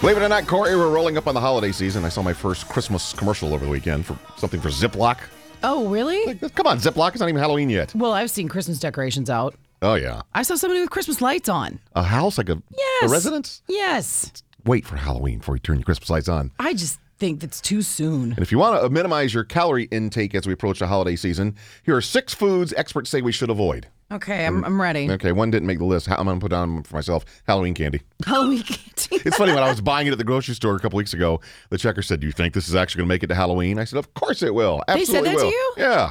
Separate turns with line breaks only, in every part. Believe it or not, Corey, we're rolling up on the holiday season. I saw my first Christmas commercial over the weekend for something for Ziploc.
Oh, really?
Like, Come on, Ziploc. It's not even Halloween yet.
Well, I've seen Christmas decorations out.
Oh, yeah.
I saw somebody with Christmas lights on.
A house? Like a,
Yes.
a residence?
Yes.
Wait for Halloween before you turn your Christmas lights on.
I just think that's too soon.
And if you want to minimize your calorie intake as we approach the holiday season, here are six foods experts say we should avoid.
Okay, I'm, I'm ready.
Okay, one didn't make the list. I'm going to put down for myself Halloween candy.
Halloween candy.
It's funny when I was buying it at the grocery store a couple weeks ago. The checker said, "Do you think this is actually going to make it to Halloween?" I said, "Of course it will.
They said
Absolutely
that to
will."
you?
Yeah.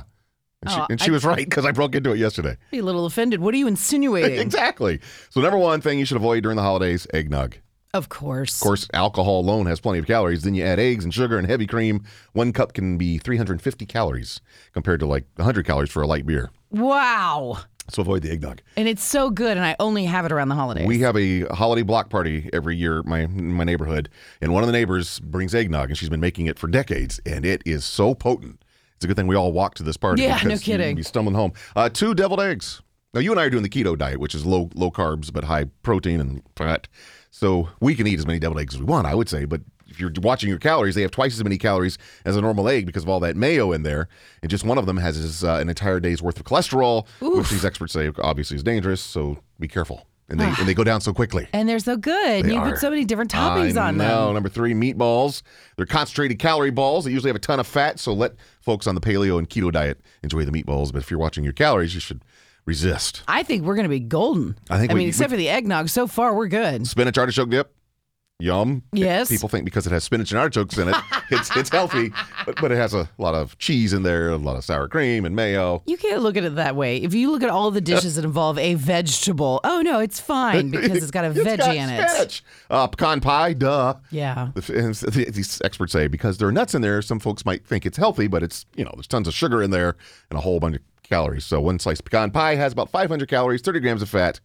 And she,
Oh,
and she
I-
was right because I broke into it yesterday.
Be a little offended. What are you insinuating?
Exactly. So number one thing you should avoid during the holidays: eggnog. Of
Of course.
course, alcohol alone has plenty of calories. Then you add eggs and sugar and heavy cream. One cup can be 350 calories compared to like 100 calories for a light beer.
Wow.
So avoid the eggnog.
And it's so good, and I only have it around the holidays.
We have a holiday block party every year, my in my neighborhood, and one of the neighbors brings eggnog, and she's been making it for decades, and it is so potent. It's a good thing we all walk to this party.
Yeah, no
because you-
kidding.
You'd be stumbling home. Uh, two deviled eggs. Now you and I are doing the keto diet, which is low low carbs but high protein and fat. So we can eat as many deviled eggs as we want, I would say. But if you're watching your calories, they have twice as many calories as a normal egg because of all that mayo in there. And just one of them has is, uh, an entire day's worth of cholesterol, which these experts say obviously is dangerous. So be careful. And they
Ah.
and they go down so quickly.
and they're so good.
They
you
are.
put so many different toppings
I
on
know.
them.
Number three, meatballs. They're concentrated calorie balls. They usually have a ton of fat, so let folks on the paleo and keto diet enjoy the meatballs. But if you're watching your calories, you should resist.
I think we're going to be golden.
I think
I
we-
mean, except for the eggnog, so far we're good.
Spinach artichoke dip. Yum.
Yes.
People think because it has spinach and artichokes in it, it's it's healthy, but, but it has a lot of cheese in there, a lot of sour cream and mayo.
You can't look at it that way. If you look at all the dishes that involve a vegetable, oh no, it's fine because it's got a veggie
got
in it.
spinach. Uh, pecan pie, duh.
Yeah.
The- and the- These experts say because there are nuts in there, some folks might think it's healthy, but it's, you know, there's tons of sugar in there and a whole bunch of calories. So one slice of pecan pie has about 500 calories, 30 grams of fat,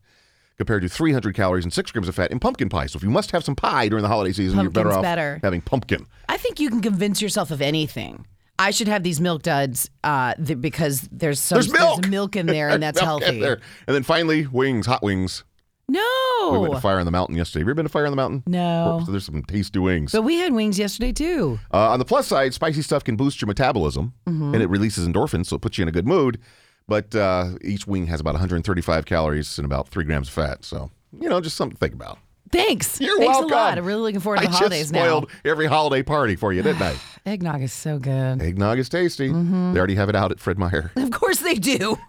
compared to 300 calories and 6 grams of fat in pumpkin pie. So if you must have some pie during the holiday season, you're
Pumpkin's
better off
better.
having pumpkin.
I think you can convince yourself of anything. I should have these milk duds uh, th- because there's some
There's milk!
in there and that's
Milk in
healthy.
there. And then finally, wings, hot wings. We went
No,
to Fire on the Mountain yesterday. Have you ever been to Fire on the Mountain?
No.
So there's some tasty wings.
but we had wings yesterday too.
Uh, on the plus side, spicy stuff can boost your metabolism
Mm-hmm.
and it releases endorphins, so it puts you in a good mood. But uh, each wing has about 135 calories and about three grams of fat. So, you know, just something to think about.
Thanks.
You're
Thanks
welcome.
a lot. I'm really looking forward to
I
the holidays
just spoiled every holiday party for you, didn't I?
now. Eggnog is so good. Mm-hmm.
Eggnog is tasty. They already have it out at Fred Meyer.
Of course they do.